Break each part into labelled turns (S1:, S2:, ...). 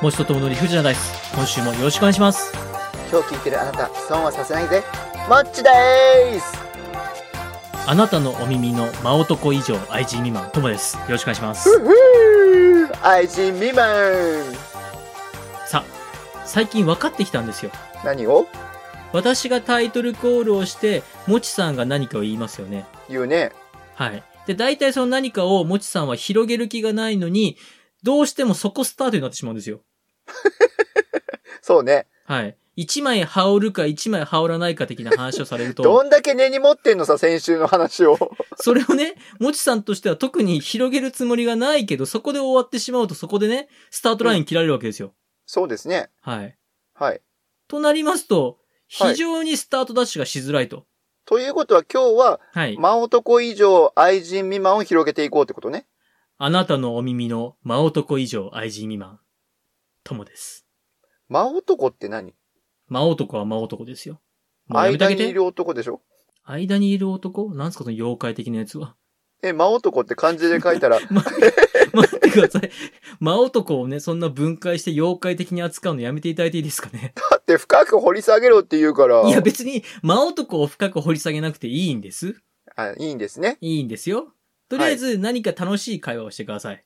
S1: もちとともの理不尽なダイス今週もよろしくお願いします
S2: 今日聞いてるあなた損はさせないぜマッチです
S1: あなたのお耳の真男以上 IG 未満ともですよろしくお願いします
S2: ふふー愛人未満
S1: さあ最近分かってきたんですよ
S2: 何を
S1: 私がタイトルコールをしてもちさんが何かを言いますよね
S2: 言うね
S1: はいで大体その何かをもちさんは広げる気がないのにどうしてもそこスタートになってしまうんですよ
S2: そうね
S1: はい一枚羽織るか一枚羽織らないか的な話をされ ると
S2: どんだけ根に持ってんのさ先週の話を
S1: それをね、もちさんとしては特に広げるつもりがないけど、そこで終わってしまうと、そこでね、スタートライン切られるわけですよ。
S2: そうですね
S1: はい。
S2: はい
S1: となりますと、
S2: はい
S1: 非常にスタートダッシュがしづらいと。
S2: ということは今日は
S1: はい。
S2: 真男以上愛人未満を広げていこうってことね
S1: あなたのお耳の真男以上愛人未満。友です。
S2: 真男って何
S1: 真男は真男ですよ。もうやめてあ
S2: 間
S1: げ
S2: にい
S1: て。
S2: る男でしょ
S1: 間にいる男なんすかその妖怪的なやつは。
S2: え真男って漢字で書いたら
S1: 待って、待ってください。真男をね、そんな分解して妖怪的に扱うのやめていただいていいですかね。
S2: だって深く掘り下げろって言うから
S1: いや別に、真男を深く掘り下げなくていいんです。
S2: あいいんですね
S1: いいんですよ。とりあえず何か楽しい会話をしてください。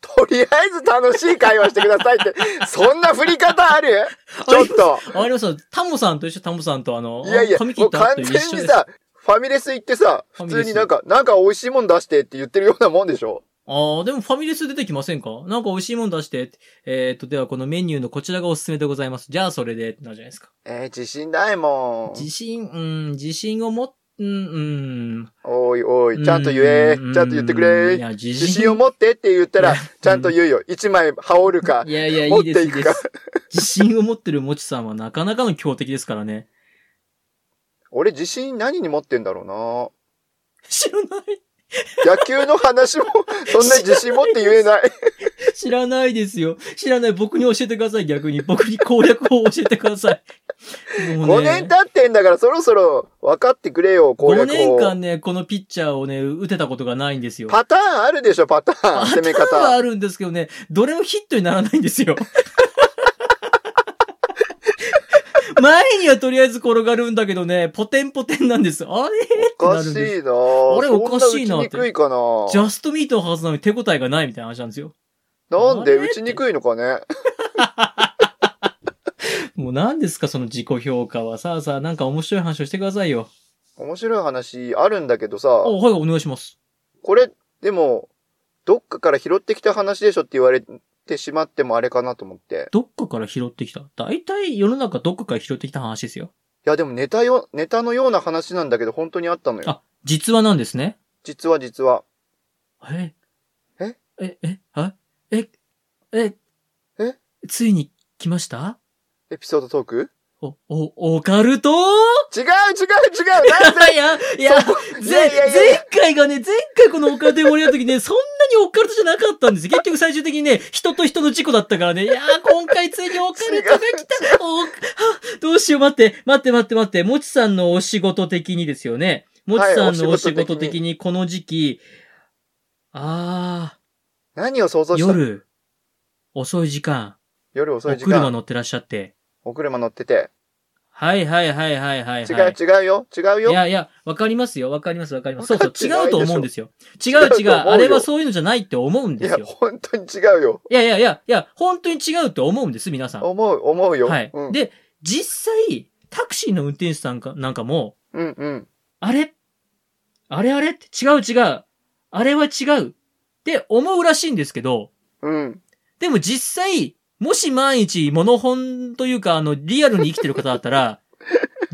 S2: とりあえず楽しい会話してくださいって、そんな振り方あるちょっと。
S1: あわかりました。タモさんと一緒、タモさんとあの、
S2: いやいや、
S1: 髪
S2: も
S1: 切っ
S2: う
S1: た
S2: 完
S1: 後と
S2: 全
S1: 一
S2: に
S1: 緒です。あ
S2: さ、ファミレス行ってさ、
S1: ファ
S2: 普
S1: ミレス
S2: 通になんか、なんか美味しいもん出してって言ってるようなもんでしょ
S1: あー、でもファミレス出てきませんかなんか美味しいもん出してって。えっ、と、ではこのメニューのこちらがおすすめでございます。じゃあそれで、ってなるじゃないですか。
S2: えー、自信ないもん
S1: 自。信、うん、自信を持っ、うん、
S2: おいお
S1: う
S2: い、
S1: ん。
S2: ちゃんと言え、
S1: うん
S2: ちゃんと言ってく
S1: い
S2: れ。
S1: や、自
S2: 自
S1: 信。
S2: 信を持ってって言った
S1: い
S2: ら
S1: や、
S2: ちゃんと言うよ。一枚羽織るか
S1: い。やいや、い
S2: 持っ
S1: い
S2: て
S1: で
S2: い
S1: す、
S2: く
S1: いいです。自信を持ってるもちさんはなかなかの強敵ですからね。
S2: 俺自信何に持ってんだろ
S1: 知らないう
S2: な。野球の話 も、そんな自信持って言えない。
S1: 知らないですよ。知らない。僕に教えてください、逆に。僕に攻略法を教えてください。も
S2: 5年経ってんだからそろそろ分かってくれよ、
S1: 5
S2: 攻略
S1: 年
S2: 法。
S1: 間ね、このピッチャーをね、打てたことがないんですよ。
S2: パターンあるでしょ、パターン。攻め
S1: パターンは
S2: 方。
S1: あるんですけどね、どれもヒットにならないんです よ。前にはとりあえず転がるんだけどね、ポテンポテンなんです。あれ
S2: おかしいなぁ。
S1: あれおかしいな
S2: そん
S1: ぁ
S2: 打
S1: って
S2: ちにくいかな
S1: ジ
S2: ぁ。
S1: ャストミートのはずなのに手応えがないみたいな話なんですよ。
S2: なん
S1: あ
S2: で
S1: れ
S2: 打ちにくいのかね。
S1: もう何ですか、その自己評価は。さあさあ、なんか面白い話をしてくださいよ。
S2: 面白い話あるんだけど
S1: あ、
S2: さ、
S1: はい、お願いします。
S2: これ、でも、どっかから拾ってきた話でしょって言われてしまってもあれかなと思って。
S1: どっかから拾ってきた。大体世の中どっかから拾ってきた話ですよ。
S2: いや、でもネタよ、ネタのような話なんだけど、本当にあったのよ。
S1: あ、実話なんですね。
S2: 実は実は。
S1: え
S2: え
S1: え、え、あえ、え、
S2: え
S1: ついに来ました
S2: エピソードトー ク
S1: お、お、オカルト
S2: 違う違う違うなんで
S1: いや、いや、
S2: い
S1: ぜ
S2: やいやいや
S1: 前回がね、前回このオカルトで盛り上がった時ね、そんなにオカルトじゃなかったんですよ。結局最終的にね、人と人の事故だったからね。いやー、今回ついにオカルトが来 た。お、は、どうしよう、待って、待って待って待って、もちさんのお仕事的にですよね。もちさんの
S2: はい
S1: お
S2: お
S1: 仕
S2: 仕
S1: 事
S2: 事
S1: 的
S2: 的
S1: にこの時期、あ
S2: 何を想像
S1: ー、
S2: した
S1: 夜、遅い時間、
S2: 夜遅
S1: お
S2: い時間。お
S1: 車
S2: 車
S1: 乗ってらっしゃって。
S2: 乗ってて。
S1: はいはいはいはいはい、
S2: 違
S1: は
S2: う
S1: い。
S2: 違うよ。違う
S1: い
S2: よ。
S1: やいや、わかりますよ、わかりますわかります。そう
S2: わ
S1: そう
S2: かっ、
S1: 違
S2: てないう
S1: と
S2: でしょ
S1: 思うんですよ。違う違
S2: 違う
S1: う、
S2: と思うよ
S1: あれはそういうのじゃないって思うん
S2: い
S1: です
S2: や、
S1: よ。
S2: 本当に違うよ。
S1: いやいやいや、いや、本当に違うって思うんです、皆さん。
S2: 思う、思うよ。
S1: はい、
S2: うん、
S1: で、実際、タクシーの運転手さんかなんかも、
S2: うん、うん。
S1: あれあれあれって違う違う。あれは違う。って思うらしいんですけど、
S2: うん。
S1: でも実際、もし万一、モノ本というか、あの、リアルに生きてる方だった ら、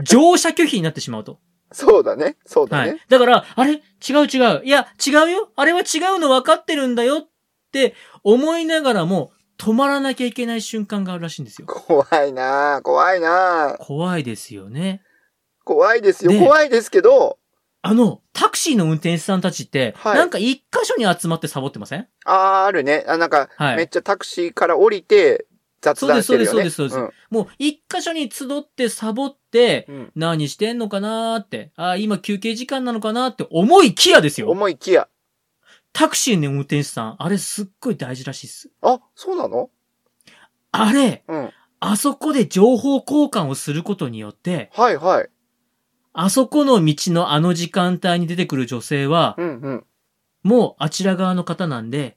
S1: 乗車拒否になってしまうと。
S2: そうだね。そうだ
S1: は
S2: ね。
S1: い。だから、あれ違う違う。いや、違うよ。あれは違うの分かってるんだよって思いながらも、止まらなきゃいけない瞬間があるらしいんですよ。
S2: 怖いなあ怖いなあ
S1: 怖いですよね。
S2: 怖いですよ。
S1: で
S2: 怖いですけど、
S1: あの、タクシーの運転手さんたちって、
S2: はい
S1: なんか一箇所に集まってサボってません
S2: あー、あるね。あ、なんか、
S1: はい
S2: めっちゃタクシーから降りて、雑談してるよね。
S1: そうですそうですそうもう一箇所に集ってサボって、
S2: うんうん
S1: 何してんのかなーって、あー今休憩時間なのかなーって思いきやですよ。
S2: 思いきや。
S1: タクシーの運転手さん、あれすっごい大事らしいっす。
S2: あ、そうなの
S1: あれ、
S2: うん。
S1: あそこで情報交換をすることによって、
S2: はいはい。
S1: あそこの道のあの時間帯に出てくる女性は、
S2: うんうん。
S1: もうあちら側の方なんで、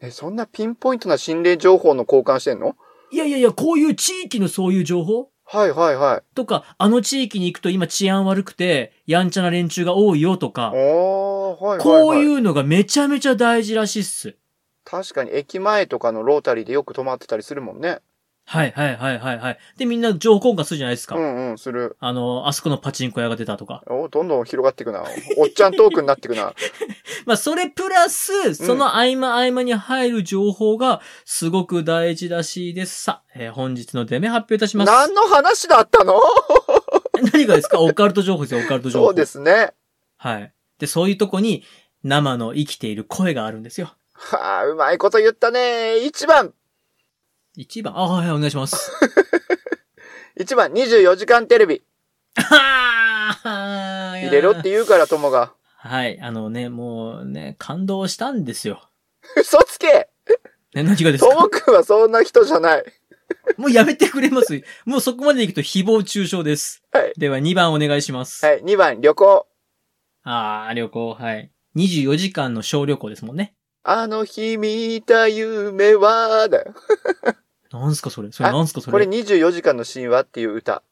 S2: え、そんなピンポイントな心霊情報の交換してんの
S1: いやいやいや、こういう地域のそういう情報
S2: はいはいはい。
S1: とか、あの地域に行くと今治安悪くて、やんちゃな連中が多いよとか、
S2: おー、はいはい、はい。
S1: こういうのがめちゃめちゃ大事らしいっす。
S2: 確かに駅前とかのロータリーでよく泊まってたりするもんね。
S1: はいはいはいはいはい。で、みんな情報交換するじゃないですか。
S2: うんうん、する。
S1: あの、あそこのパチンコ屋が出たとか。
S2: おどんどん広がっていくな。おっちゃんトークになっていくな。
S1: まあ、それプラス、その合間合間に入る情報が、すごく大事らしいです。さあ、えー本日の出目発表いたします。
S2: 何の話だったの
S1: 何がですかオカルト情報ですよ、オカルト情報。
S2: そうで。すね。
S1: はい。で、そういうとこに、生の生きている声があるんですよ。
S2: はあ、うまいこと言ったね。1番。
S1: 一番、あ、はい、お願いします。
S2: 1番、24時間テレビ。
S1: あ
S2: 入れろって言うから、友が。
S1: はい、あのね、もうね、感動したんですよ。
S2: 嘘つけ
S1: ね、何がですか
S2: 友くんはそんな人じゃない。
S1: もうやめてくれます。もうそこまで行くと誹謗中傷です。
S2: はい
S1: では2番お願いします。
S2: はい、2番、旅行。
S1: あー、旅行、はい。24時間の小旅行ですもんね。
S2: あの日見た夢は、だよ。
S1: なんすかそれそれ
S2: あ
S1: なんすかそれ
S2: これ24時間の神話っていう歌。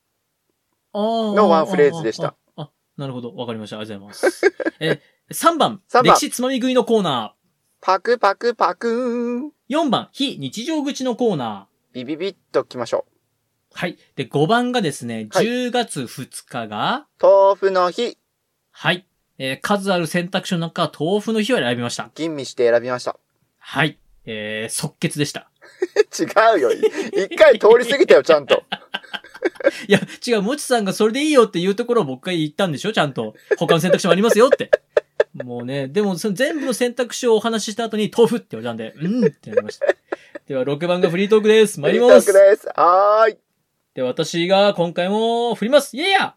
S2: の
S1: の
S2: ワンフレーズでした。
S1: あーあーあーあなるほど。わかりました。ありがとうございます。え、3番。
S2: 三番
S1: 歴史つまみ食いのコーナ
S2: パクパクパクーン。
S1: ー。4番。非日常口のコーナ
S2: ビビビッときましょう。
S1: ー。はい。で、5番がですね、
S2: はい
S1: 10月2日が、
S2: 豆腐の日、
S1: はい。えー数ある選択肢の中、豆腐の日を選びました。
S2: 吟味して選びました。
S1: はい。えー、即決でした。
S2: 違うよ。い一回通り過ぎたよ、ちゃんと。
S1: いや、違う、もちさんがそれでいいよっていうところを僕が言ったんでしょちゃんと。他の選択肢もありますよって。もうね、でもその全部の選択肢をお話しした後に豆腐って言われたんで、うんってなりました。では、6番がフリートークです。参り
S2: フリ
S1: ま
S2: ート
S1: す。
S2: ークです。はーい。
S1: で、私が今回も振ります。イエイヤ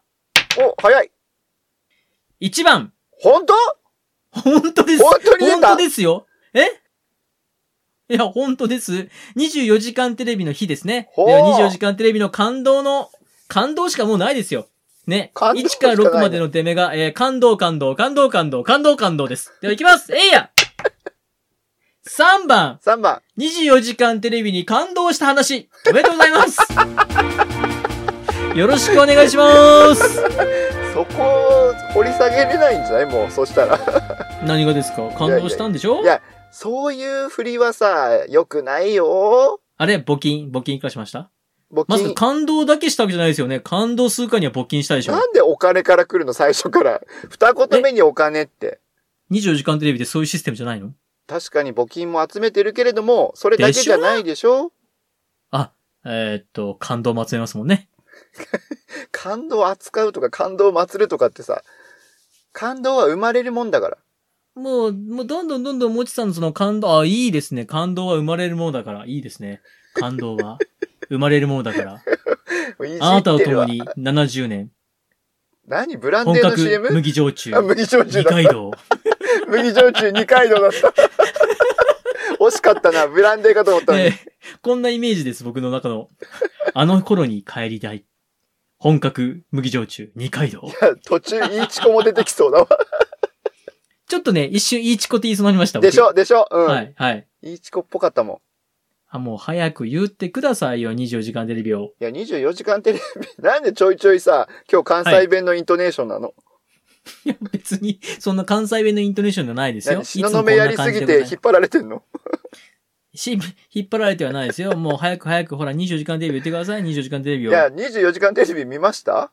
S2: お、早い。
S1: !1 番。
S2: 本当
S1: 本当です。
S2: 本当に出た
S1: 本当ですよ。えいや、本当です。24時間テレビの日ですね。で
S2: ほう
S1: は24時間テレビの感動の、感動しかもうないですよ。ね。
S2: 感動し
S1: 1
S2: か
S1: から
S2: ない
S1: 6までの出目が、えー感動感動、感動感動、感動感動です。では行きますえいや !3 番、
S2: ?3 番。
S1: 24時間テレビに感動した話、おめでとうございますよろしくお願いします
S2: そこを掘り下げれないんじゃないもう、そしたら。
S1: 何がですか感動したんでしょ
S2: いや、そういう振りはさ、良くないよ。
S1: あれ募金、募金いくらしました
S2: 募
S1: まさか
S2: 金。
S1: 感動だけしたわけじゃないですよね。感動するかには募金したでしょ。
S2: なんでお金から来るの、最初から。 二言目にお金って。
S1: 24時間テレビでそういうシステムじゃないの
S2: 確かに募金も集めてるけれども、それだけじゃないでしょ
S1: あ、えーっと、感動も集めますもんね。
S2: 感動を扱うとか感動を祭るとかってさ、感動は生まれるもんだから。
S1: もう、もうどんどんどんどんもちさんのその感動、あ、いいですね。感動は生まれるものだから、いいですね。感動 は生まれるものだから。
S2: いじってるわ
S1: あなたを共に70年、
S2: 何ブラン
S1: 本
S2: デーの
S1: 格
S2: CM?
S1: 麦焼酎
S2: あ、、麦焼酎
S1: 二
S2: だ
S1: 階
S2: った。
S1: 堂。
S2: 麦焼酎二階堂 だった。惜しかったな。ブランデーかと思ったのに。
S1: えーこんなイメージです、僕の中の。あの頃に帰りたい。本格麦焼酎、二階堂。
S2: 途中、いいチコも出てきそう だわ。
S1: ちょっとね、一瞬、いいチコって言いそうになりました。僕
S2: でしょでしょうん。、
S1: はいい、はい。
S2: いチコっぽかったも
S1: あ、もう早く言ってくださいよ、24時間テレビを。
S2: ん。いや、24時間テレビ。なんでちょいちょいさ、今日関西弁のイントネーションなの、
S1: いや、別に、そんな関西弁のイントネーションじゃないですよ。
S2: 何東雲やりすぎて引っ張られてんの
S1: し、引っ張られてはないですよ。もう早く早く、ほら、24時間テレビ言ってください、24時間テレビ
S2: い
S1: を。
S2: や、24時間テレビ見ました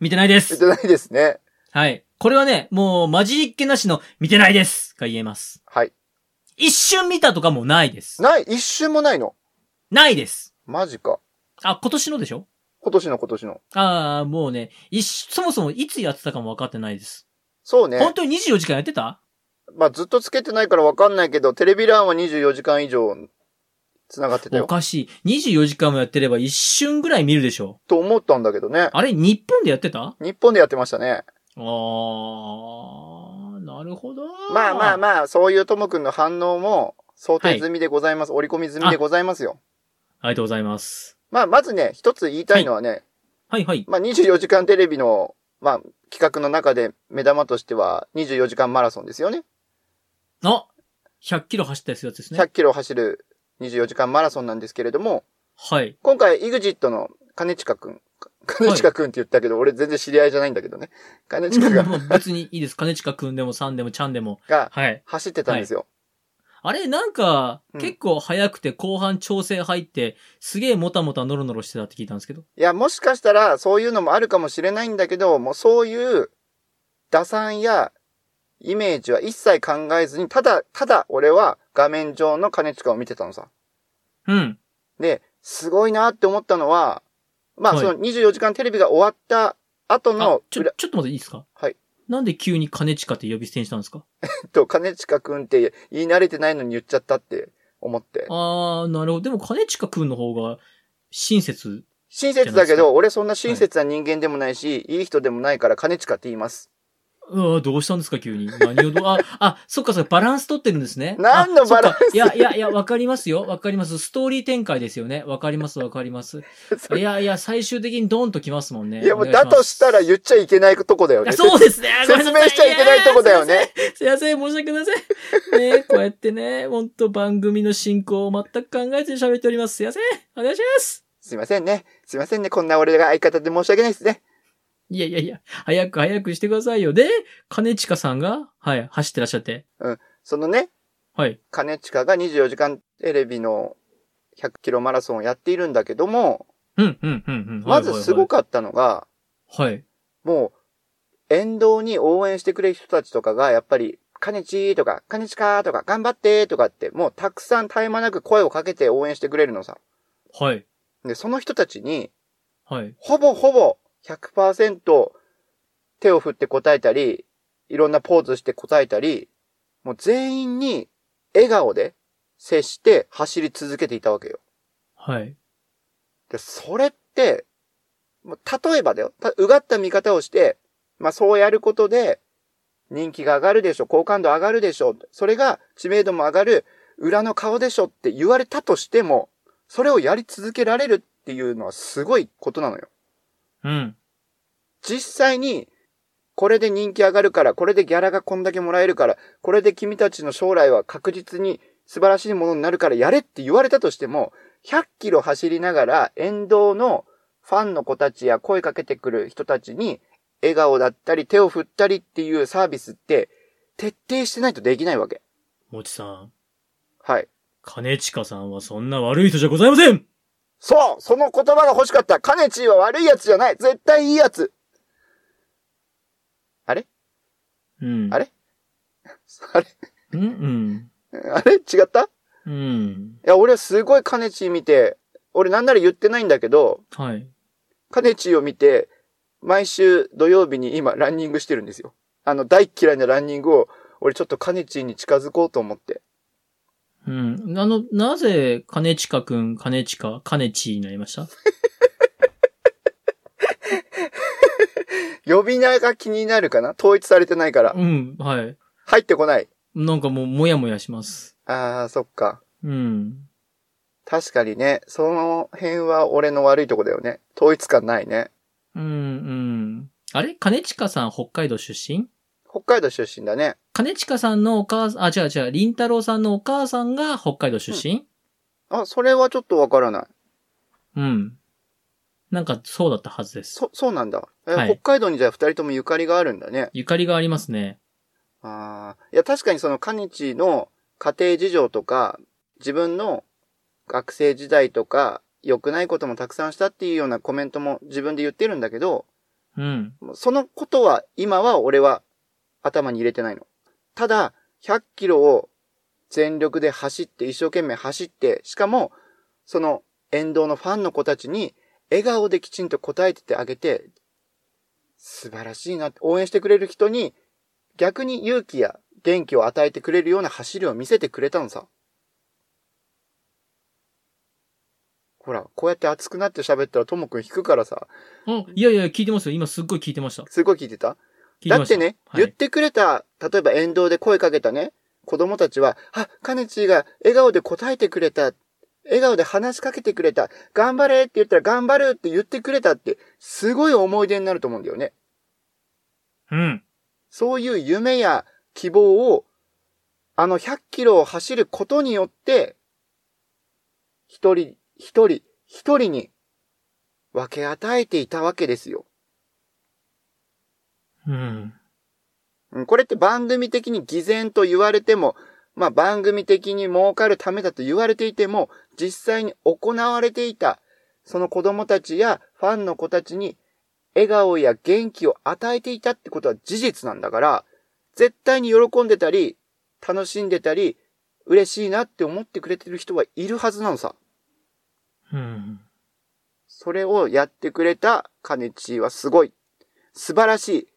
S1: 見てないで
S2: 見
S1: す。
S2: てないですね。
S1: はい。これはね、もう、混じりっけなしの、見てないですが言えます。
S2: はい。
S1: 一瞬見たとかもないです。
S2: ない、一瞬もないの。
S1: ないです。
S2: マジか。
S1: あ、今年のでしょ
S2: 今年の今年の。
S1: ああ、もうね、一瞬、そもそもいつやってたかも分かってないです。
S2: そうね
S1: 本。当に24時間やってた
S2: まあずっとつけてないからわかんないけど、テレビ欄は24時間以上繋がってた
S1: お
S2: よ。
S1: かしい。24時間もやってれば一瞬ぐらい見るでしょ。
S2: と思ったんだけどね。
S1: あれ、日本でやってたあ
S2: 日本でやってましたね。
S1: ー、なるほど。
S2: まあまあ
S1: あ。
S2: まあ、そういうともくんの反応も想定済みでございます。織り込み済みでございますよ。
S1: ありがとうございます。
S2: まあ、まずね、一つ言いたいのはね、
S1: はいはい。
S2: まあ、24時間テレビの、まあ、企画の中で目玉としては24時間マラソンですよね。
S1: あ !100 キロ走ったやつですね。
S2: 100キロ走る24時間マラソンなんですけれども、
S1: はい。
S2: 今回、EXIT の金近くん。か金近くんって言ったけど、俺全然知り合いじゃないんだけどね。金近が、
S1: もう別にいいです。金近くんでもさんでもちゃんでも。
S2: が
S1: はい。
S2: 走ってたんですよ。
S1: あれ、なんか、
S2: うん
S1: 結構早くて後半調整入って、すげえもたもたノロノロしてたって聞いたんですけど。
S2: いや、もしかしたら、そういうのもあるかもしれないんだけど、もうそういう、打算や、イメージは一切考えずに、ただ、ただ、俺は画面上の金近を見てたのさ。
S1: うん。
S2: で、すごいなって思ったのは、まあ、
S1: はい
S2: その24時間テレビが終わった後
S1: あ
S2: の、、
S1: ちょ、
S2: 裏
S1: ちょっと待っていいですか
S2: はい。
S1: なんで急に金近って呼び捨てにしたんですか
S2: と、金近くんって言い慣れてないのに言っちゃったって思って。
S1: あー、なるほど。でも金近くんの方が、親切。
S2: 親切
S1: じ
S2: だ
S1: ゃ
S2: け
S1: ないです
S2: ど、俺そんな親切な人間でもないし、い、い人でもないから金近って言います。
S1: うわどうしたんですか急に。何をどう、あ、あ、そっかそっか、バランス取ってるんですね。
S2: 何の
S1: あそっか
S2: バランス
S1: いやいやいや、わかりますよ。わかります。ストーリー展開ですよね。わかります、わかります。いやいや、最終的にドンときますもんね。
S2: いや、もう
S1: お願
S2: だ
S1: いま
S2: と
S1: す
S2: したら言っちゃいけないとこだよ
S1: いや
S2: ね。
S1: そうですね。ごめん
S2: 説
S1: な
S2: 明
S1: さ
S2: しちゃいけないとこだよね。
S1: すいません、申し訳ございません。ねこうやってね、ほんと番組の進行を全く考えずに喋っております。すいません。お願いします。
S2: すいませんね。すいませんね。こんな俺が相方で申し訳ないですね。
S1: いやいやいや、早く早くしてくださいよ。で、金近さんが、はい、走ってらっしゃって。
S2: そのね、
S1: はい。
S2: 金近が24時間テレビの100キロマラソンをやっているんだけども、
S1: うん、うん、うん、うん。
S2: まずすご
S1: く。
S2: かったのが、
S1: はい。
S2: もう、沿道に応援してくれる人たちとかが、やっぱり、金地とか、金近とか、頑張ってとかって、もうたくさん絶え間なく声をかけて応援してくれるのさ。
S1: はい。
S2: で、その人たちに、
S1: はい。
S2: ほぼほぼ100%手を振って答えたり、いろんなポーズして答えたり、もう全員に笑顔で接して走り続けていたわけよ。
S1: はい。
S2: で、それって、もう例えばだよ。たうがった見方をして、まあそうやることで、人気が上がるでしょ、好感度上がるでしょ、それが知名度も上がる、裏の顔でしょって言われたとしても、それをやり続けられるっていうのはすごいことなのよ。
S1: うん。
S2: 実際に、これで人気上がるから、これでギャラがこんだけもらえるから、これで君たちの将来は確実に素晴らしいものになるからやれって言われたとしても、100キロ走りながら沿道のファンの子たちや声かけてくる人たちに、笑顔だったり手を振ったりっていうサービスって、徹底してないとできないわけ。
S1: もちさん、
S2: はい。
S1: 金近さんはそんな悪い人じゃございません
S2: そうその言葉が欲しかったカネチーは悪いやつじゃない絶対いいやつ
S1: うん。
S2: あれあれ
S1: うんうん。
S2: あれ違った
S1: うん。
S2: いや、俺はすごいカネチー見て、俺なんなら言ってないんだけど、
S1: はい。
S2: カネチーを見て、毎週土曜日に今ランニングしてるんですよ。あの、大嫌いなランニングを、俺ちょっとカネチーに近づこうと思って。
S1: うん。あの、なぜ、金近くん、金近、金地になりました
S2: 呼び名が気になるかな統一されてないから。
S1: うん、はい。
S2: 入ってこない。
S1: なんかもう、もやもやします。
S2: あー、そっか。
S1: うん。
S2: 確かにね、その辺は俺の悪いとこだよね。統一感ないね。
S1: うん、うん。あれ金近さん、北海道出身
S2: 北海道出身だね。
S1: 金近さんのお母さん、あ、違う違う、林太郎さんのお母さんが北海道出身、
S2: あ、それはちょっとわからない。
S1: うん、なんか、そうだったはずです。
S2: そ、そうなんだ。え
S1: はい
S2: 北海道にじゃあ二人ともゆかりがあるんだね。
S1: ゆかりがありますね。
S2: ああ、いや確かにそのカニチの家庭事情とか、自分の学生時代とか、良くないこともたくさんしたっていうようなコメントも自分で言ってるんだけど、
S1: うん。
S2: そのことは今は俺は頭に入れてないの。ただ、100キロを全力で走って、一生懸命走って、しかも、その沿道のファンの子たちに笑顔できちんと答えててあげて、素晴らしいなって、応援してくれる人に逆に勇気や元気を与えてくれるような走りを見せてくれたのさ。ほら、こうやって熱くなって喋ったらともくん引くからさ、
S1: あ、いやいや、聞いてますよ。今すっごい聞いてました。
S2: すごい聞いてた
S1: 聞いて
S2: だっ
S1: ました。
S2: てね、
S1: はい
S2: 言ってくれた、例えば沿道で声かけたね、子供たちは、あ、カネチーが笑顔で答えてくれた。笑顔で話しかけてくれた。頑張れって言ったら頑張るって言ってくれたって、すごい思い出になると思うんだよね。
S1: うん。
S2: そういう夢や希望を、あの100キロを走ることによって、一人、一人、一人に分け与えていたわけですよ。
S1: うん。
S2: うんこれって番組的に偽善と言われても、まあ番組的に儲かるためだと言われていても、実際に行われていた、その子供たちやファンの子たちに笑顔や元気を与えていたってことは事実なんだから、絶対に喜んでたり、楽しんでたり、嬉しいなって思ってくれてる人はいるはずなのさ。
S1: うん。
S2: それをやってくれたカネチーはすごい。素晴らしい。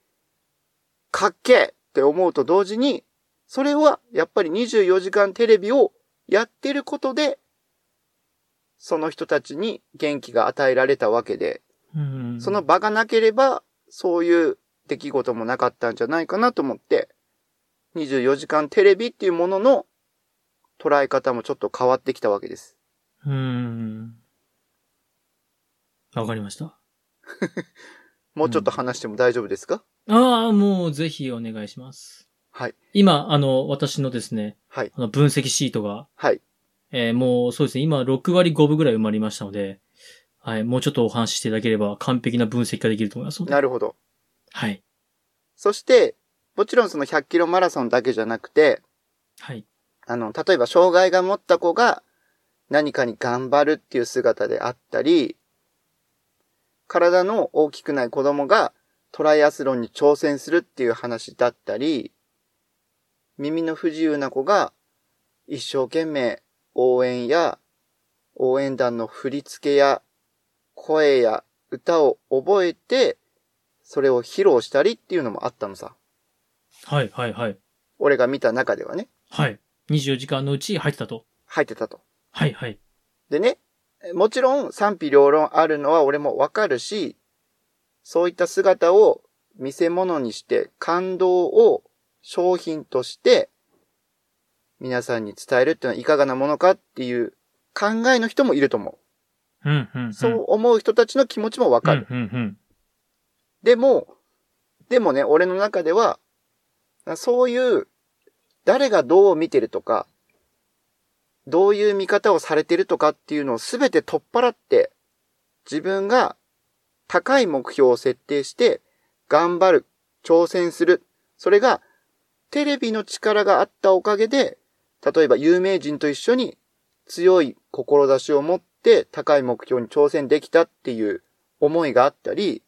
S2: かっけえって思うと同時に、それはやっぱり24時間テレビをやってることで、その人たちに元気が与えられたわけで、
S1: うん。
S2: その、場がなければ、そういう出来事もなかったんじゃないかなと思って、24時間テレビっていうものの捉え方もちょっと変わってきたわけです。
S1: うん。わかりました。
S2: もうちょっと話しても大丈夫ですか、
S1: ああ、もうぜひお願いします。
S2: はい。
S1: 今、あの、私のですね、
S2: はい。
S1: あの分析シートが、
S2: はい。
S1: えーもうそうですね、今6割5分ぐらい埋まりましたので、はい、もうちょっとお話ししていただければ完璧な分析ができると思いますので。
S2: なるほど。
S1: はい。
S2: そして、もちろんその100キロマラソンだけじゃなくて、
S1: はい。
S2: あの、例えば障害が持った子が何かに頑張るっていう姿であったり、体の大きくない子供がトライアスロンに挑戦するっていう話だったり、耳の不自由な子が一生懸命応援や応援団の振り付けや声や歌を覚えて、それを披露したりっていうのもあったのさ。
S1: はい、はい、はい。
S2: 俺が見た中ではね、
S1: はい。24時間のうち入ってたと。
S2: 入ってたと。
S1: はい、はい。
S2: でね、もちろん賛否両論あるのは俺もわかるし、そういった姿を見せ物にして感動を商品として皆さんに伝えるってのはいかがなものかっていう考えの人もいると思
S1: うん、うん、うん。
S2: う。そう思う人たちの気持ちもわかる。
S1: うん、うん、うん。
S2: でも、でもね、俺の中では、そういう、誰がどう見てるとか、どういう見方をされてるとかっていうのをすべて取っ払って、自分が高い目標を設定して、頑張る、挑戦する。それが、テレビの力があったおかげで、例えば有名人と一緒に強い志を持って高い目標に挑戦できたっていう思いがあったり、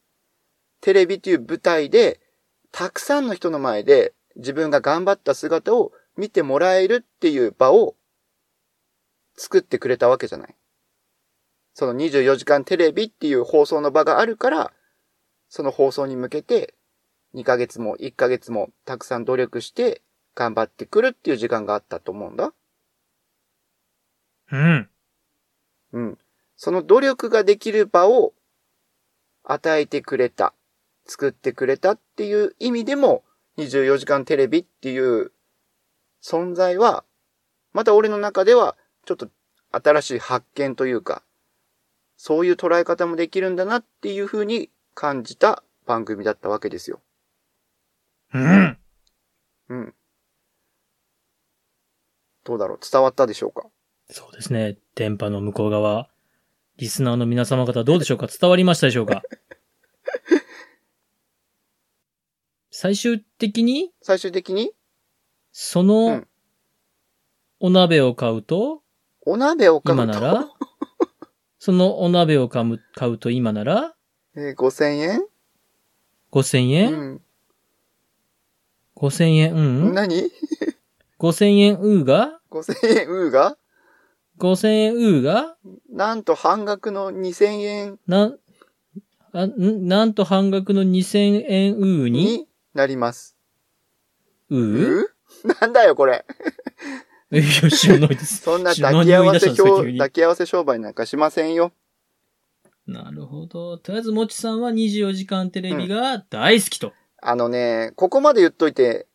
S2: テレビという舞台で、たくさんの人の前で自分が頑張った姿を見てもらえるっていう場を作ってくれたわけじゃない。その24時間テレビっていう放送の場があるから、その放送に向けて2ヶ月も1ヶ月もたくさん努力して頑張ってくるっていう時間があったと思うんだ。
S1: うん。
S2: うん。その努力ができる場を与えてくれた、作ってくれたっていう意味でも、24時間テレビっていう存在は、また俺の中では、ちょっと新しい発見というか、そういう捉え方もできるんだなっていうふうに感じた番組だったわけですよ。
S1: うん。
S2: うん。どうだろう伝わったでしょうか
S1: そうですね。電波の向こう側。リスナーの皆様方どうでしょうか伝わりましたでしょう か最終的に、
S2: 最終的に、
S1: そうの
S2: ん、
S1: お鍋を買うと、
S2: お鍋を買うと
S1: 今なら、そのお鍋を買う買うと今なら、
S2: えー5000円
S1: 5000円、
S2: うん。
S1: ?5000 円、うん
S2: 何
S1: ?5000 円、うーが
S2: ?5000 円、うーが
S1: ?5000 円、うーが
S2: なんと半額の2000円
S1: なん、あんなんと半額の2000円、うーに、
S2: になります。
S1: う
S2: う
S1: ー
S2: ーなんだよ、これ。
S1: いや、知らないです。
S2: そんな
S1: 知らな
S2: 抱
S1: い
S2: き合わせ
S1: 何を言い出したんですか急
S2: 表、
S1: に
S2: 抱き合わせ商売なんかしませんよ。
S1: なるほど。とりあえず、もちさんは24時間テレビが大好きと。
S2: あのね、ここまで言っといて、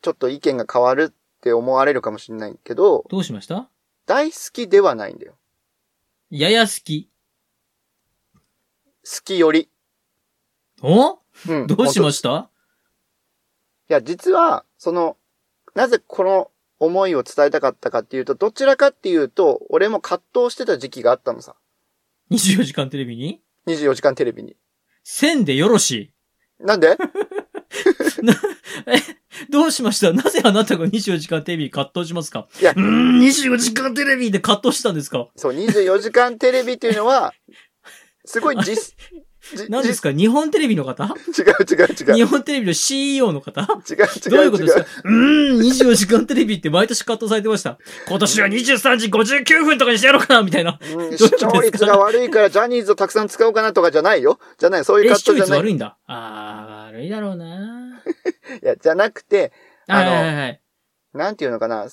S2: ちょっと意見が変わるって思われるかもしれないけど、
S1: どうしました
S2: 大好きではないんだよ。
S1: やや好き。
S2: 好きより。
S1: お
S2: うん。
S1: どうしま
S2: し
S1: した
S2: いや、実は、その、なぜこの思いを伝えたかったかっていうと、どちらかっていうと、俺も葛藤してた時期があったのさ。
S1: ?24 時間テレビに
S2: 24時間テレビに。
S1: 線でよろし
S2: なんで
S1: い。どうしましたなぜあなたが24時間テレビに葛藤しますか
S2: いや
S1: うーん、24時間テレビで葛藤したんですか
S2: そう、24時間テレビっていう のは、すごい実、じ
S1: 何ですか日本テレビの方
S2: 実違う違う違
S1: 日
S2: う。
S1: 本テレビの CEO の方
S2: 違う
S1: どうい
S2: 違
S1: う
S2: う
S1: こと
S2: 違
S1: ですか
S2: う。
S1: うーん、24時間テレビって毎年カットされてました。今年は23時59分とかにしてやろうかな、みたいな。
S2: うん
S1: どういうこ
S2: 視
S1: とですか
S2: 聴率が悪いからジャニーズをたくさん使おうかなとかじゃないよ。じゃない、そういう
S1: え、
S2: カッ
S1: 視聴
S2: トじゃ
S1: 率
S2: ない。
S1: 悪いんだ。あー、悪いだろうな。
S2: いや、じゃなくて、
S1: は
S2: あ
S1: い
S2: の
S1: はいはい。
S2: なんていうのかな。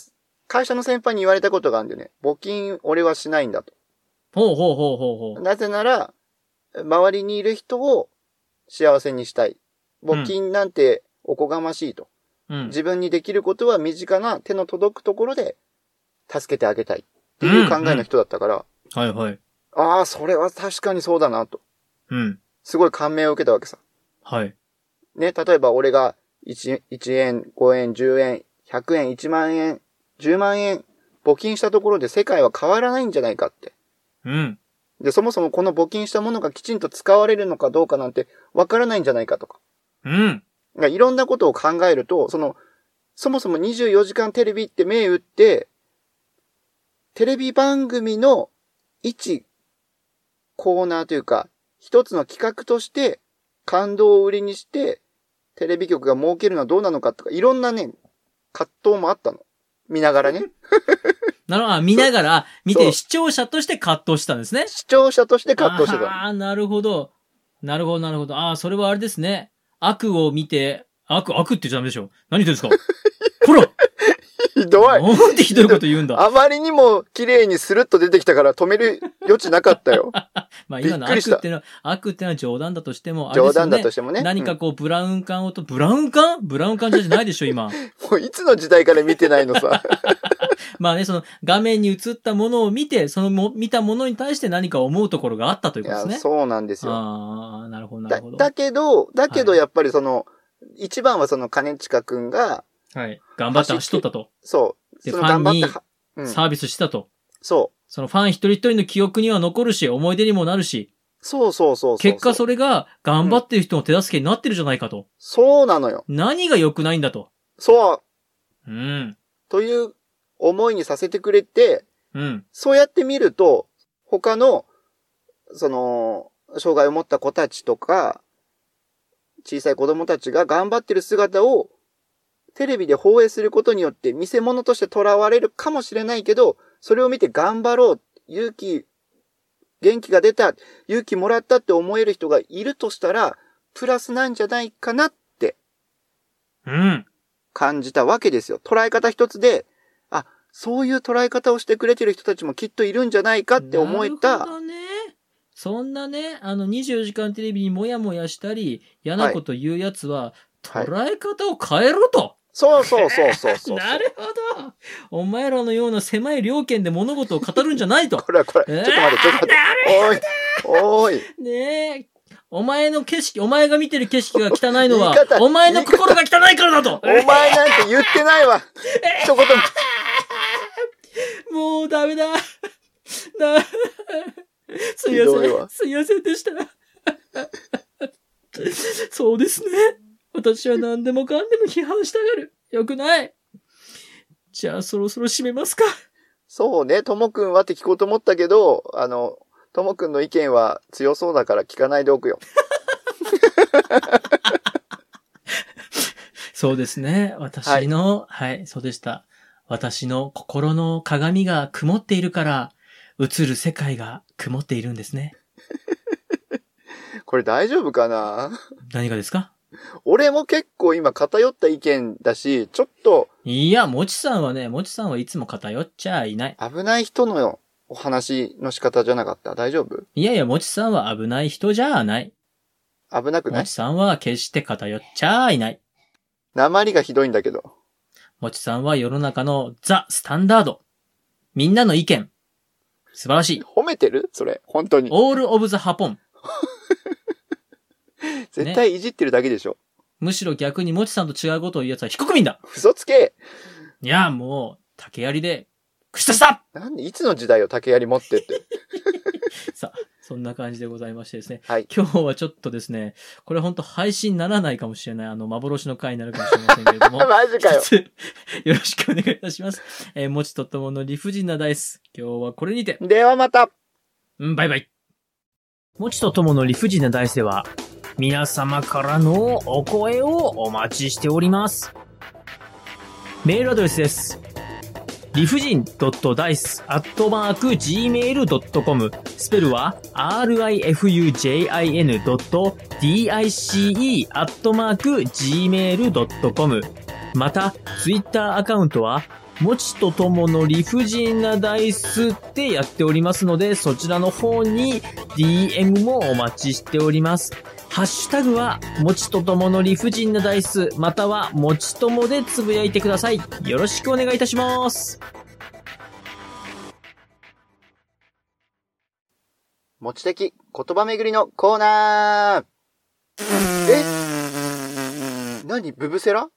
S2: 会社の先輩に言われたことがあるんだよね。募金俺はしないんだと。
S1: ほうほうほうほうほう。
S2: なぜなら、周りにいる人を幸せにしたい。募金なんておこがましいと。
S1: うん。
S2: 自分にできることは身近な手の届くところで助けてあげたいっていう考えの人だったから、
S1: はいはい。
S2: ああ、それは確かにそうだなと。
S1: うん。
S2: すごい感銘を受けたわけさ。
S1: はい。
S2: ね、例えば俺が 1, 1円、5円、10円、100円、1万円、10万円募金したところで世界は変わらないんじゃないかって。
S1: うん。
S2: で、そもそもこの募金したものがきちんと使われるのかどうかなんてわからないんじゃないかとか。
S1: うん。
S2: だからいろんなことを考えると、その、そもそも24時間テレビって銘打って、テレビ番組の一コーナーというか、一つの企画として感動を売りにして、テレビ局が儲けるのはどうなのかとか、いろんなね、葛藤もあったの。見ながらね。
S1: なるほど。あ見ながら、見て
S2: そ
S1: る
S2: う
S1: 視聴者として葛藤したんですね。
S2: 視聴者として葛藤してたの。
S1: ああ、なるほど。なるほど、なるほど。ああ、それはあれですね。悪を見て、悪、悪って言っちゃダメでしょ。何言ってん ですかほら
S2: ひどい。
S1: なんてひどいこと言うんだ。
S2: あまりにも綺麗にスルッと出てきたから止める余地なかったよ。
S1: まあ今の悪
S2: びっく
S1: っ
S2: り
S1: て
S2: した
S1: いうのは、悪っていうのは冗談だとしても、あれで
S2: 冗
S1: すよ
S2: 談
S1: ね
S2: だとしてもね。
S1: 何かこう、ブラウン管をと、ブラウン管ブラウン管じゃないでしょ、今。
S2: うんもういつの時代から見てないのさ。
S1: まあね、その画面に映ったものを見て、そのも見たものに対して何か思うところがあったという
S2: い
S1: ことです、ね。
S2: やそうなんですよ。
S1: ああ、なるほど、な
S2: だ
S1: るほど。
S2: だけど、だけど
S1: はい
S2: やっぱりその、一番はその兼近くんが、
S1: はい。頑張って走っとったと。
S2: そう、
S1: で
S2: その頑張って
S1: フ
S2: は、うん、
S1: サービスしたと。
S2: そ
S1: そのファン一人一人の記憶には残るし、思い出にもなるし、
S2: う、そうそうそうそう。
S1: 結果そ
S2: れ。
S1: れが頑張ってる人の手助けになってるじゃないかと。
S2: そうなのよ。
S1: 何が良くないんだと。
S2: そう、
S1: うん。
S2: という思いにさせてくれて、
S1: うん。
S2: そうやって見ると、他の、その、障害を持った子たちとか、小さい子供たちが頑張ってる姿を、テレビで放映することによって見せ物として囚われるかもしれないけど、それを見て頑張ろう、勇気、元気が出た、勇気もらったって思える人がいるとしたら、プラスなんじゃないかなって
S1: うん。
S2: 感じたわけですよ。捉え方一つで、あ、そういう捉え方をしてくれてる人たちもきっといるんじゃないかって思え
S1: なるほ
S2: た。
S1: どね。そんなね、あの、24時間テレビにもやもやしたり、嫌なこと言うやつは、
S2: はい
S1: 捉え方を変えろと。
S2: そうそうそうそうそうそ う。
S1: なるほど。お前らのような狭い両県で物事を語るんじゃない と。
S2: これはこれ、ち
S1: え
S2: ょ
S1: ー
S2: っと待って、ちょっと待って。おい、おい。
S1: ねえ。お前の景色、お前が見てる景色が汚いのは
S2: 言い、方
S1: お前の心が汚いからだと。
S2: お前なんて言ってないわ。一言も。
S1: もうダメだ。だすいま
S2: ひど
S1: せ
S2: い
S1: ん。
S2: わ
S1: すいませんでした。そうですね。私は何でもかんでも批判したがる。よくない。じゃあそろそろ締めますか。
S2: そうね、ともくんはって聞こうと思ったけど、あの、ともくんの意見は強そうだから聞かないでおくよ。
S1: そうですね。私の、はい、そうでした。私の心の鏡が曇っているから、映る世界が曇っているんですね。
S2: これ大丈夫かな
S1: 何がですか
S2: 俺も結構今偏った意見だし、ちょっと
S1: いや、もちさんはね、もちさんはいつも偏っちゃいない。
S2: 危ない人のお話の仕方じゃなかった。大丈夫
S1: いやいや、もちさんは危ない人じゃあない。
S2: 危なくな
S1: も
S2: い
S1: ちさんは決して偏っちゃいない。
S2: 鉛がひどいんだけど。
S1: もちさんは世の中のザ・スタンダード。みんなの意見。素晴らしい。
S2: 褒めてるそれ。本当に。
S1: オールオブザハポン。
S2: 絶対いじってるだけでしょ。
S1: むしろ逆にもちさんと違うことを言う奴は非国民だ
S2: 嘘つけ
S1: いや、もう、竹槍で、くしたした
S2: なんで、いつの時代を竹槍持って って。
S1: さあ、そんな感じでございましてですね。
S2: はい。
S1: 今日はちょっとですね、これ本当配信にならないかもしれない、あの、幻の 回になるかもしれませんけれども。
S2: マジかよ
S1: 一。つよろしくお願いいたします。えー、もちとともの理不尽なダイス。今日はこれにて。
S2: ではまた
S1: うん、バイバイ。もちとともの理不尽な大世は、皆様からのお声をお待ちしております。メールアドレスです。理不尽 .dice.gmail.com スペルは rifujin.dice.gmail.com また、ツイッターアカウントは、もちとともの理不尽なダイスってやっておりますので、そちらの方に DM もお待ちしております。ハッシュタグは、もちとともの理不尽なダイス、または、もちともでつぶやいてください。よろしくお願いいたします。
S2: 持ち的言葉巡りのコーナーえ何ブブセラ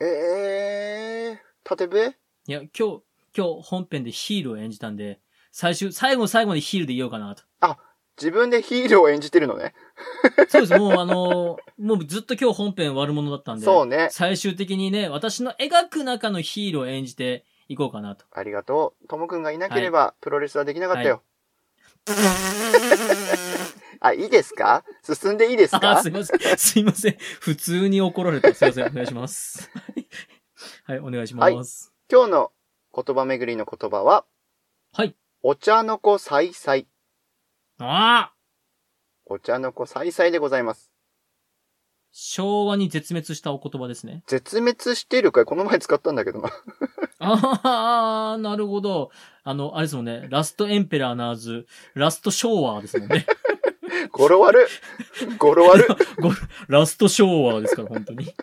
S2: えー、縦笛
S1: いや、今日、今日本編でヒールを演じたんで、最終、最後の最後までヒールでいようかなと。
S2: 自分でヒールを演じてるのね。
S1: そうです、もうあのもうずっと今日本編悪者だったんで、
S2: そうね。
S1: 最終的にね、私の描く中のヒールを演じていこうかなと。
S2: ありがとう。ともくんがいなければ、プロレスはできなかったよ。 あ、いいですか進んでいいです
S1: あ
S2: か
S1: すいません。すいません。普通に怒られた。すいません。お願いします。はい、お願いします。
S2: 今日の言葉巡りの言葉は、
S1: はい。
S2: お茶の子さいさい。
S1: ああ
S2: お茶の子さいさいでございます。
S1: 昭和に絶滅したお言葉ですね。
S2: 絶滅してるかいこの前使ったんだけど な。
S1: ああ、なるほど。あの、あれですもんね。ラストエンペラーナーズ、ラスト昭和ですもんね。
S2: 語呂悪 い。語呂悪い。
S1: ごラスト昭和ですから、本当に。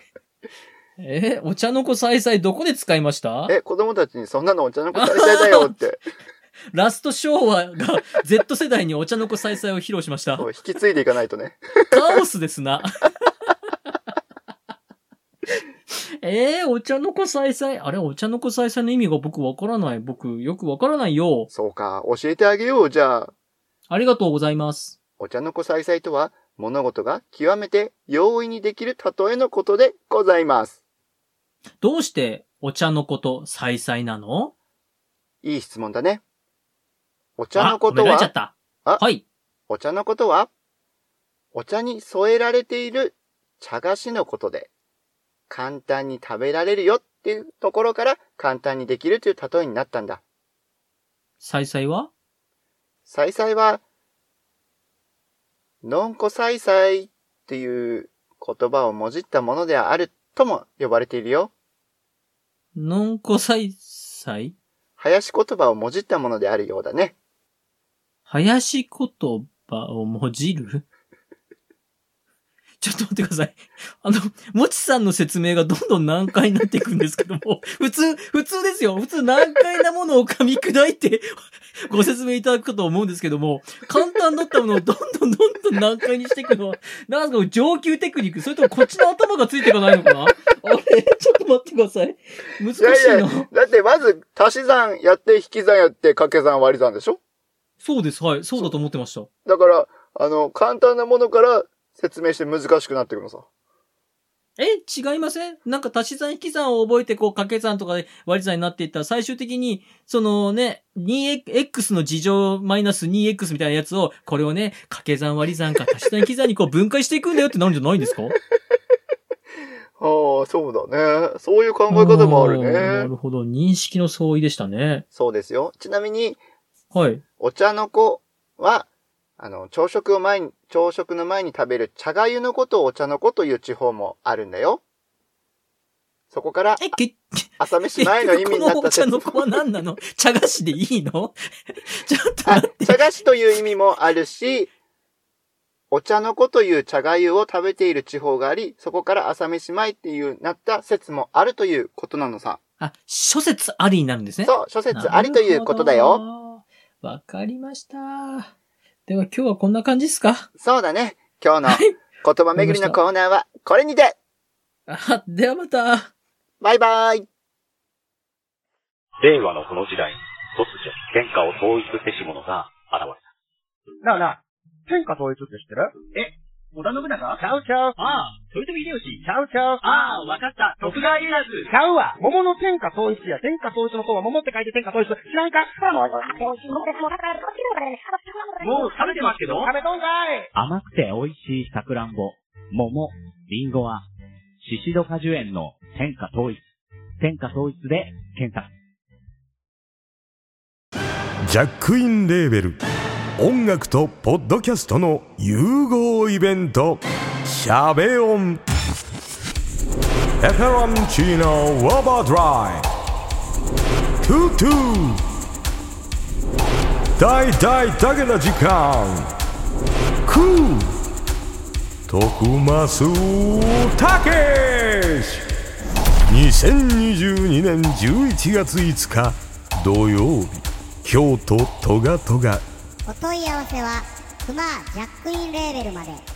S1: えーお茶の子さいさいどこで使いました
S2: え、子供たちにそんなのお茶の子さいさいだよって、
S1: ラスト昭和が Z 世代にお茶の子さいさいを披露しました。
S2: こう引き継いでいかないとね。
S1: カオスですな。ええお茶の子さいさい。あれ、お茶の子さいさいの意味が僕わからない。僕、よくわからないよ。
S2: そうか、教えてあげよう。じゃあ、
S1: ありがとうございます。
S2: お茶の子さいさいとは、物事が極めて容易にできる例えのことでございます。
S1: どうして、お茶の子とさいさいなの
S2: いい質問だね。お
S1: お
S2: 茶のこと
S1: 褒められちゃ
S2: は
S1: っ、た。
S2: あ
S1: はい。
S2: お茶のことは、お茶に添えられている茶菓子のことで、簡単に食べられるよっていうところから簡単にできるという例えになったんだ。
S1: さいさいは
S2: サイサイは、のんこサイサイっていう言葉をもじったものであるとも呼ばれているよ。
S1: のんこさいさい
S2: 林言葉をもじったものであるようだね。
S1: 林言葉をもじる ちょっと待ってください。あの、もちさんの説明がどんどん難解になっていくんですけども、 普通、普通ですよ。普通難解なものを噛み砕いて ご説明いただくかと思うんですけども、簡単だったものをどんどんどんどん難解にしていくのは、なんか上級テクニックそれともこっちの頭がついていかないのかなあれちょっと待ってください。難しいな。
S2: いやいやだってまず足し算やって引き算やって掛け算割り算でしょ
S1: そうです。はい。そうだと思ってました。
S2: だから、あの、簡単なものから説明して難しくなってくるのさ。
S1: え違いませんなんか足し算引き算を覚えて、こう掛け算とかで割り算になっていったら、最終的に、そのね、2x の事乗マイナス 2x みたいなやつを、これをね、掛け算割り算か足し算引き算にこう分解していくんだよってなるんじゃないんですか考
S2: ああ、そうだね。そういう考え方もある
S1: な
S2: ね。
S1: るほど。認識の相違でしたね。
S2: そうですよ。ちなみに、
S1: はい。
S2: お茶の子は、あの、朝食を前に、朝食の前に食べる茶がゆのことをお茶の子という地方もあるんだよ。そこから
S1: え、け、
S2: 朝飯前の意味になっ
S1: このお
S2: た
S1: 茶
S2: 説
S1: の子は何なの茶菓子でいいの ちょっと
S2: あ
S1: 待って。
S2: 茶菓子という意味もあるし、お茶の子という茶がゆを食べている地方があり、そこから朝飯前っていうなった説もあるということなのさ。
S1: あ、諸説ありになるんですね。
S2: そう、諸説ありということだよ。
S1: なるほど。わかりました。では今日はこんな感じですか
S2: そうだね。今日の
S1: はい
S2: 言葉巡りのコーナーはこれにて
S1: あ、ではまた。
S2: バイバイ
S3: 令和のこの時代、突如、天下を統一せし者が現れた。
S4: なあなあ、天下統一って知ってる
S5: 織田信長
S4: ちゃうちゃう。
S5: ああ、豊臣秀吉。
S4: ちゃうちゃう。
S5: ああ、わかった。徳川家康。
S4: ちゃうわ。桃の天下統一や。天下統一の方は桃って書いて天下統一。知らんか
S5: もう食べてますけど
S4: 食べとんかい
S6: 甘くて美味しいさくらんぼ、桃、りんごは、シシド果樹園の天下統一。天下統一で検索。
S7: ジャックインレーベル音楽とポッドキャストの融合イベント「シャベオン」「エフェロンチーノウォーバードライ」「トゥトゥ」「大大だけな時間」「クー」「徳マスたけし」2022年11月5日土曜日京都トガトガ
S8: お問い合わせはクマージャックインレーベルまで。